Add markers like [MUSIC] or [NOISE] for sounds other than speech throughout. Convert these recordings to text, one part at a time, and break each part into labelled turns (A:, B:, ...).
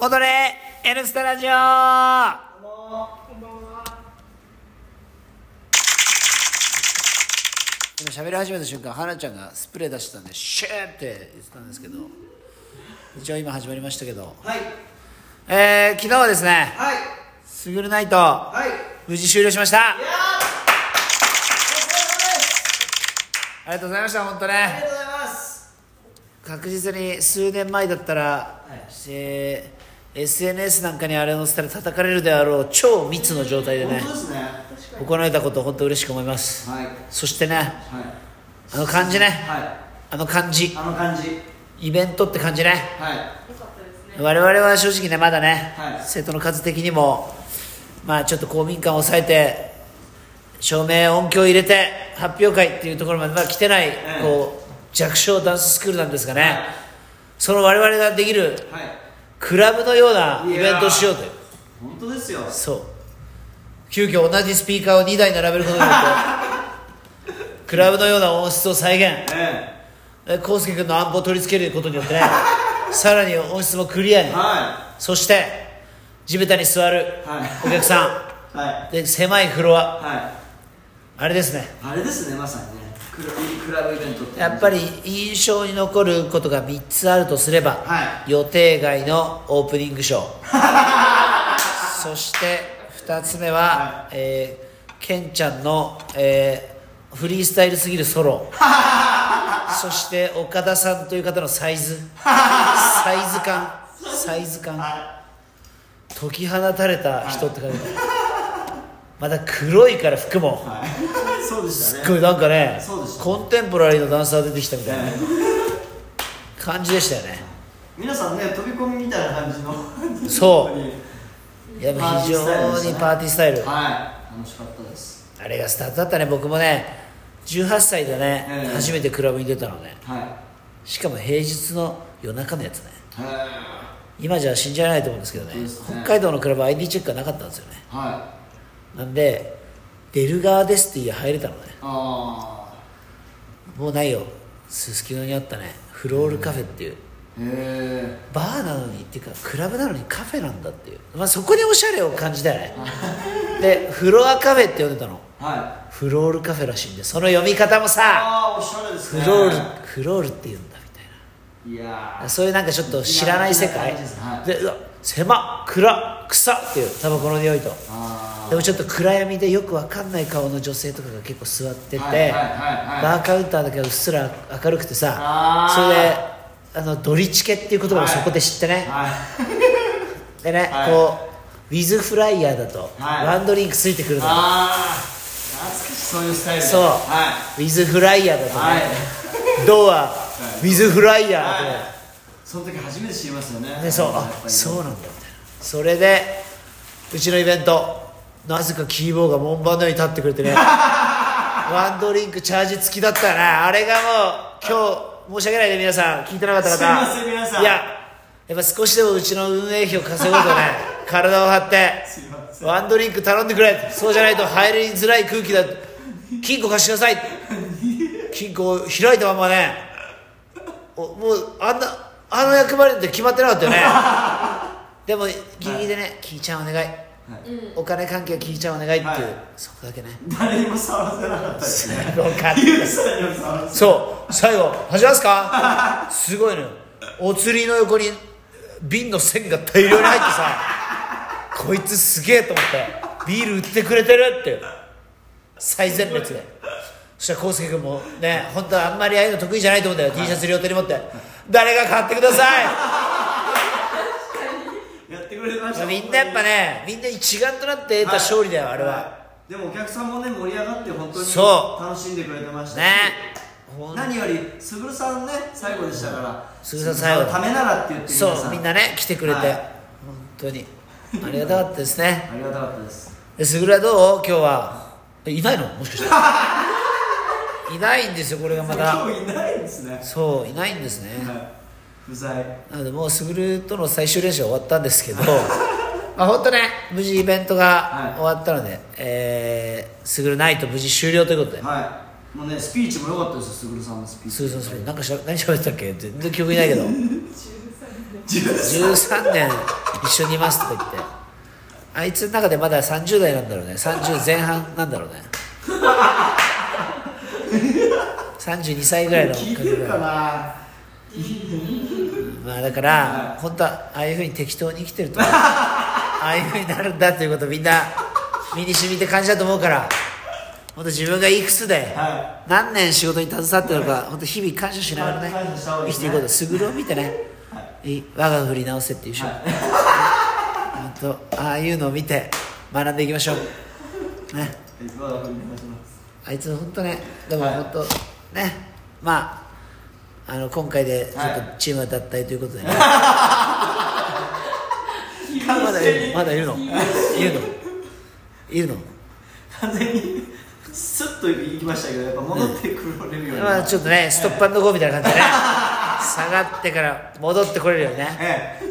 A: 踊れ N スタラジオ今喋り始めた瞬間花ちゃんがスプレー出してたんでシューって言ってたんですけど一応今始まりましたけど
B: はい
A: えー、昨日はですね
B: はい
A: スグルナイト
B: はい
A: 無事終了しましたあ
B: やー
A: りがとうございました本当
B: お疲れ様ですあり
A: ね
B: がとうございます
A: 確実に数年前だったら、
B: はい
A: えー SNS なんかにあれ載せたら叩かれるであろう超密の状態でね
B: 本当ですね
A: 行えたこと本当嬉しく思います
B: はい
A: そしてね
B: は
A: あの感じね
B: いは
A: あの感じ
B: いあの感じ
A: イベントって感じね
B: はい
A: 我々は正直ねまだね、
B: はい
A: 生徒の数的にもまあちょっと公民館を抑えて照明音響入れて発表会っていうところまでまだ来てない、
B: ええ
A: こう弱小ダンススクールなんですがね、
B: はい
A: その我々ができる
B: はい
A: クラブのようなイベントをしようという
B: 本当ですよ
A: そう急遽同じスピーカーを2台並べることによ
B: [LAUGHS]
A: ってクラブのような音質を再現
B: え
A: で康介君の暗ンを取り付けることによってねさらに音質もクリアに
B: えは
A: そして地べたに座る
B: いはい
A: お客さ
B: はい
A: んで狭いフロア
B: は
A: あれですね
B: いあれですねまさにねクラクラブイベントって
A: やっぱり印象に残ることが3つあるとすれば、
B: は
A: 予定外のオープニングショー [LAUGHS] そして2つ目は、えーケンちゃんの、えーフリースタイルすぎるソ [LAUGHS] ロそして岡田さんという方のサイズ [LAUGHS] サイズ感サイズ感
B: は
A: 解き放たれた人って感じ、また黒いから服も
B: いはい [LAUGHS] そうでした
A: す
B: ね
A: っごいなんかね
B: そうでした
A: コンテンポラリーのダンサー出てきたみたいな
B: え
A: 感じでしたよね
B: え皆さんね飛び込みみたいな感じの
A: そう
B: 本
A: やっぱ非常にパーティースタイ
B: 当
A: ル、
B: にはい楽しかったです
A: あれがスタートだったね僕もね18歳でね、
B: ええ
A: 初めてクラブに出たのね
B: はい
A: しかも平日の夜中のやつね
B: は
A: 今じゃ信じられないと思うんですけどね
B: そうですね
A: 北海道のクラブは ID チェックがなかったんですよね
B: いはい
A: なんで出る側ですって言い入れたのね
B: ああ
A: もうないよすすきのにあったねフロールカフェっていう、
B: へえ
A: バーなのにっていうかクラブなのにカフェなんだっていう、まあ、そこにおしゃれを感じたよねでフロアカフェって呼んでたの
B: はい
A: フロールカフェらしいんでその読み方もさ
B: ああおしゃれです
A: フ
B: ね
A: ロールフロールって言うんだみたい
B: いや
A: なそういうなんかちょっと知らない世界
B: いやいやいやはい
A: でうわ狭暗草っていうタバコの匂いと
B: ーあ
A: でもちょっと暗闇でよくわかんない顔の女性とかが結構座ってて、
B: はいはいはいはい
A: バーカウンターだけがうっすら明るくてさ
B: あー
A: それであのドリチケっていう言葉をそこで知ってね、
B: ーはい
A: でね、
B: はい
A: こうウィズフライヤーだと、
B: はい
A: ワンドリンクついてくるのウ
B: あー懐かしいそういうスタイルで
A: そう
B: は
A: ィズフライヤーだと
B: い
A: ね、
B: はい
A: ドアウィズフライヤーだとね、
B: はいその時初めて知りますよね
A: でそう
B: やっぱ
A: あ
B: り
A: そうなんだみたいなそれでうちのイベントなぜかキーボーが門番のように立ってくれて
B: [LAUGHS]
A: ねワンドリンクチャージ付きだったなあれがもう今日申し訳ないで皆さん聞いてなかった方
B: すいません皆さん
A: いややっぱ少しでもうちの運営費を稼ごうとね
B: [LAUGHS]
A: 体を張って
B: すいません
A: ワンドリンク頼んでくれそうじゃないと入りづらい空気だ金庫貸してください金庫を開いたままねおもうあんなあの役割って決まってなかったよねでもギリギリでね、キーちゃんお願い、お金関係キーちゃんお願いっていう、
B: はい
A: そこだけね [LAUGHS]
B: 誰にも触らせなかったですね
A: よかった
B: ユースさんにも触らせ
A: そう最後「始めますか? 」すごいのよお釣りの横に瓶の線が大量に入ってさこいつすげえと思ってビール売ってくれてるっていう最前列でそしたら康介君もね本当はあんまりああいうの得意じゃないと思うんだよ T シャツ両手に持って「誰が買ってください!」
B: やってくれました
A: みんなやっぱねみんな一丸となって得た勝利だよあれはい
B: でもお客さんもね盛り上がって本当に
A: そ
B: 楽しんでくれてましたし
A: ねほん
B: 何よりすぐるさんね最後でしたから
A: すぐるさん最後
B: のためならって言って皆
A: そ
B: さ
A: うんみんなね来てくれて
B: はい
A: 本当にありがたかったですね
B: ありがたかったです
A: えすぐらどう今日はえいないのもしかして
B: [LAUGHS]
A: いないんですよこれがまた
B: 今日いないんですね
A: そういないんですね
B: はい不在
A: なのでもうすぐるとの最終練習は終わったんですけ
B: [LAUGHS]
A: どまあ本当ね無事イベントが
B: はい
A: 終わったので、えー、すぐるないと無事終了ということで
B: はいもうねスピーチも良かったですよすぐるさんのスピーチ
A: すぐるさんそれなんかしゃ何喋ってたっけ全然記憶いないけど
B: 13
A: 13年一緒にいますとか言ってあいつの中でまだ30代なんだろうね30前半なんだろうね32歳ぐらいの
B: 聞いてるかな
A: まあだから本当はああいうふうに適当に生きてると
B: [LAUGHS]
A: ああいうふうになるんだということをみんな身に染みて感じたと思うから本当自分がいくつで、
B: は
A: 何年仕事に携わってるのか本当日々感謝しながらね
B: 感謝した方がいい
A: 生
B: です
A: きていこうとすぐ
B: ね
A: るを見てね、いい我が振り直せっていうしょ、本当ああいうのを見て学んでいきましょうね
B: いつものふうに話します
A: あいつ本当ねでも
B: はい
A: 本当、ねまああの今回でちょっと
B: は
A: チームは脱退ということでね、ま
B: 完
A: だい
B: 全
A: る
B: に
A: のまだいるのいるのいるの
B: 完全にスッと行きましたけどやっぱ戻ってこれるように
A: まあちょっとねストップアンドゴーみたいな感じでね下がってから戻ってこれるようにね
B: ええ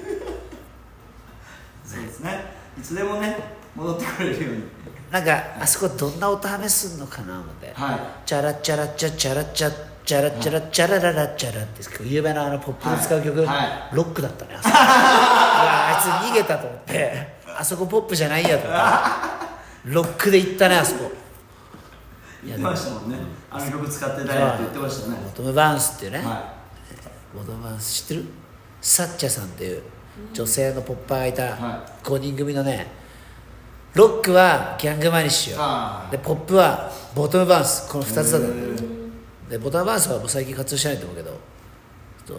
B: そうですねいつでもね戻ってこれるように
A: なんかあそこどんな音ハメすんのかな思って、
B: は
A: チャラチャラチャチャラチャチャラチャラチャラララチャラって有名なあのポップに使う曲、
B: はいは
A: ロックだったねあそこうわあいつ逃げたと思ってあそこポップじゃないやと思ってロックで行ったねあそこ
B: 言ってましたもんねあの曲使ってたよって言ってましたね
A: ボトム・バーンスっていうね、
B: は
A: ボトム・バーンス知ってるサッチャさんっていう女性のポッパーがいた
B: は
A: 5人組のねロックはギャングマニッシュ
B: あー
A: でポップはボトム・バーンスこの2つだったんだよでボトム・バーンスはもう最近活動してないと思うけど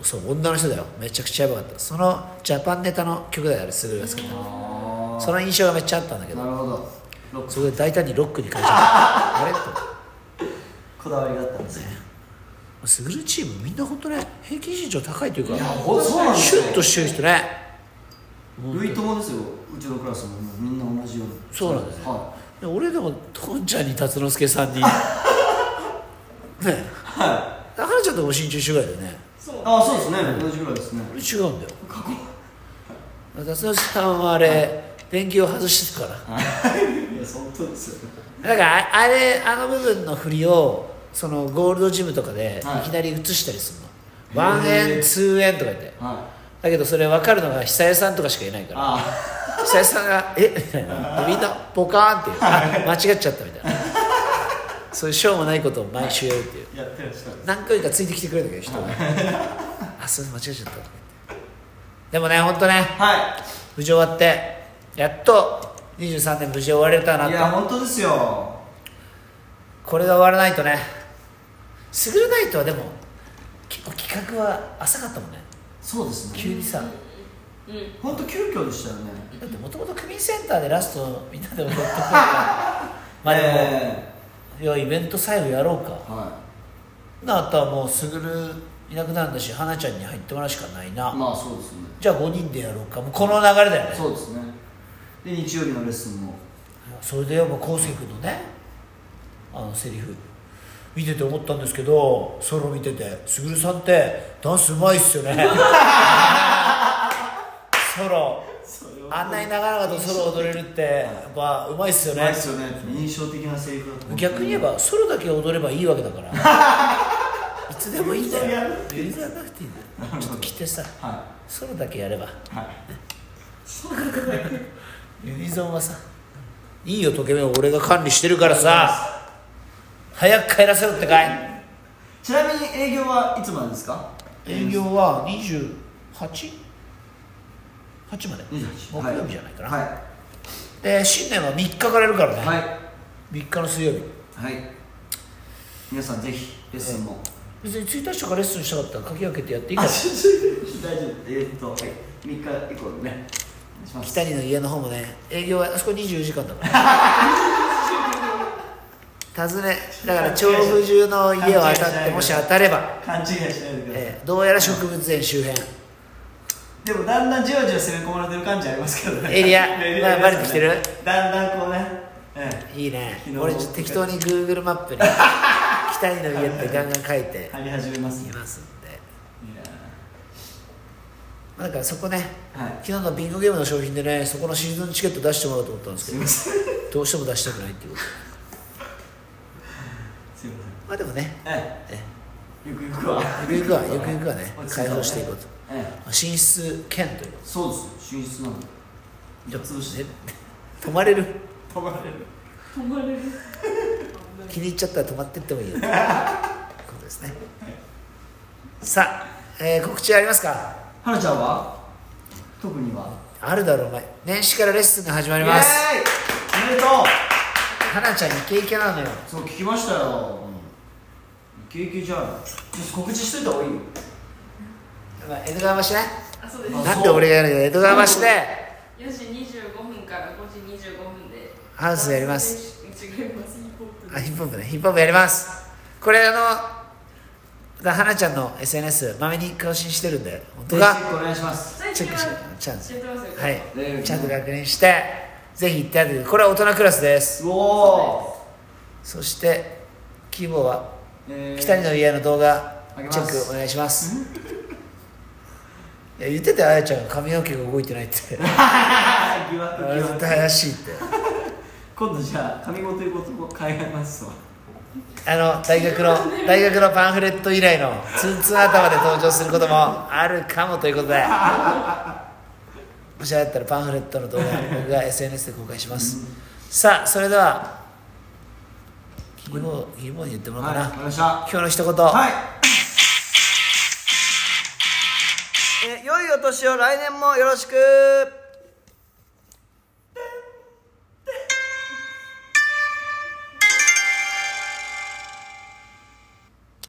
A: そうそう女の人だよめちゃくちゃやばかったそのジャパンネタの曲だよあれすぐが好きなその印象がめっちゃあったんだけ
B: いな
A: ど
B: るほどロック
A: そこで大胆にロックに変
B: [LAUGHS]
A: えちゃったあれと
B: こだわりがあったんですね
A: スグルチームみんな本当ね平均身長高いというか
B: いやほんとそうなんです
A: シ
B: よ
A: ュッとしてる人ね
B: 類友ですようちのクラスももうみんな同じように
A: そうなんですね
B: は
A: で俺でもとんちゃんに達之助さんにね
B: いはい
A: だからちょっとお身長一緒ぐらいだよね
C: そう
B: あそうですね同じぐら [LAUGHS] いですね
A: 俺違うんだよ達之助さんはあれ電球を外してるから
B: いや本当ですよ
A: だからああれあの部分の振りをそのゴールドジムとかで
B: はい
A: いきなり映したりするの、ワン
B: へー
A: エンツーエンとか言って
B: はい
A: だけどそれ分かるのが久江さんとかしかいないから
B: あ
A: 久江さんが「えみたいなでみんなポカーンっていうあ間違っちゃったみたいなそういうしょうもないことを毎週やるっていう
B: あやってらっしゃる
A: 何回かついてきてくれたけど人が [LAUGHS] 「あすいません間違えちゃった」とか言ってでもね本当ね
B: は
A: 無事終わってやっと23年無事終われた
B: いい
A: な
B: や
A: と
B: 本当ですよ
A: これが終わらないとねスグルナイトはでも結構企画は浅かったもんね
B: そうです
A: 急
B: ね
A: にさ
C: うんうん
B: 本当急遽でしたよね
A: だってもともと区民センターでラストみんなで踊ってくれ
B: [LAUGHS]
A: たからまあでも、
B: え
A: いやイベント最後やろうか
B: えは
A: なあとはもうすぐるいなくなるんだし花ちゃんに入ってもらうしかないな、
B: いまあそうですね
A: じゃあ5人でやろうかもうこの流れだよね
B: そうですねで日曜日のレッスンも
A: それでやっぱ昴生君のねあのセリフ見てて思ったんですけどソロ見てて「すぐるさんってダンスうまいっすよ
B: [LAUGHS]
A: ね」ソロあんなに長々とソロ踊れるってやっぱうまいっすよ
B: うまい
A: ね
B: っすよね印象的なセリフだと思う
A: 逆に言えばソロだけ踊ればいいわけだから
B: [LAUGHS]
A: いつでもいいんだ
B: 譲り合わ
A: よ
B: なくて
A: 譲らなくていいんだよちょっと来てさ
B: は
A: ソロだけやれば
B: いはい
A: ユニゾンはさいいよとけめを俺が管理してるからさ早く帰らせろってかい
B: ちなみに営業はいつまでですか
A: 営業は 28?8 まで
B: 28
A: 木曜日じゃないかな、
B: は
A: で新年は3日からやるからね、
B: いはい
A: 3日の水曜日
B: はい皆さんぜひレッスンも
A: 別に1日とかレッスンしたかったら鍵開けてやっていい
B: [LAUGHS]
A: から
B: 大丈夫えーっとはい3日以降でねお願いします
A: 北谷の家の方もね営業はあそこ24時間だから訪ねだから調布中の家を当たってもし当たれば、
B: 勘違いしないでください、
A: えーどうやら植物園周辺
B: でもだんだんじわじわ攻め込まれてる感じありますけどね
A: エリア
B: エ
A: まあバレてきてる
B: だんだんこうね、え
A: いいね
B: 昨日
A: 俺ちょっと適当に Google マップに北にの家ってガンガン書いて
B: え、張り始めます
A: い
B: ね
A: ますんで
B: いや
A: まあだからそこね
B: ーはい
A: 昨日のビンゴゲームの商品でねそこのシーズンチケット出してもらおうと思ったんです
B: す
A: け
B: い
A: ど
B: ませんすい
A: どうしても出したくないっていうこと
B: ません
A: まあでもね
B: え
A: え
B: えゆくゆくは
A: ゆくゆくはゆくゆくはね
B: 落ち着い
A: 解
B: たら
A: 放していこうと
B: ええ
A: 進出権ということ
B: そうですよ進出なんでじゃあ潰して
A: 泊まれる
B: 止まれる
C: 止まれる
A: [LAUGHS] 気に入っちゃったら泊まってっても
B: [LAUGHS]
A: いいよということですねさあ、えー告知ありますか
B: 花ちゃんは特には
A: あるだろうお前年始からレッスンが始まります
B: イエーイおめでと
A: はなちゃんイケイケなのよ
B: うそう聞きましたよ、イケイケじゃんちょっと告知しといた方がいいよ
A: まあ江戸川橋ね
C: あそうです
B: あ
A: なんで俺がやるの江戸川橋で
C: 4時25分から5時25分で
A: ハウスやります
C: 違いますヒップホップ
A: あ
C: で
A: ヒップホップねヒップホップやりますこれあのだはなちゃんの SNS まめに更新してるんで本当
B: ぜひ
A: か
B: チェックお願いします
C: 最
A: チェ
C: 近
A: ッ
C: は
A: クしてチャンス
C: やってますよ
A: はい
B: ね
A: ちゃんと確認してぜひ行ってやってくださいこれは大人クラスです
B: うお
A: そして規模は
B: ー、えー
A: 北にの家の動画
B: あげます
A: チェックお願いしますいや言ってたよあやちゃんが髪の毛が動いてないって
B: [LAUGHS] 疑惑
A: あ
B: 疑
A: れ絶
B: 惑
A: 対 [LAUGHS] 怪しいって
B: 今度じゃあ紙ごということを変えますわ
A: あの大学
B: [LAUGHS]
A: の大学のパンフレット以来のツンツン頭で登場することもあるかもということ
B: [LAUGHS]
A: でもしあれだったらパンフレットの動画僕が SNS で公開します、さあそれではキーボーキーボーに言ってもらおうかな、
B: はいわかりました
A: 今日の一言、
B: はいえ良いお年を来年もよろしく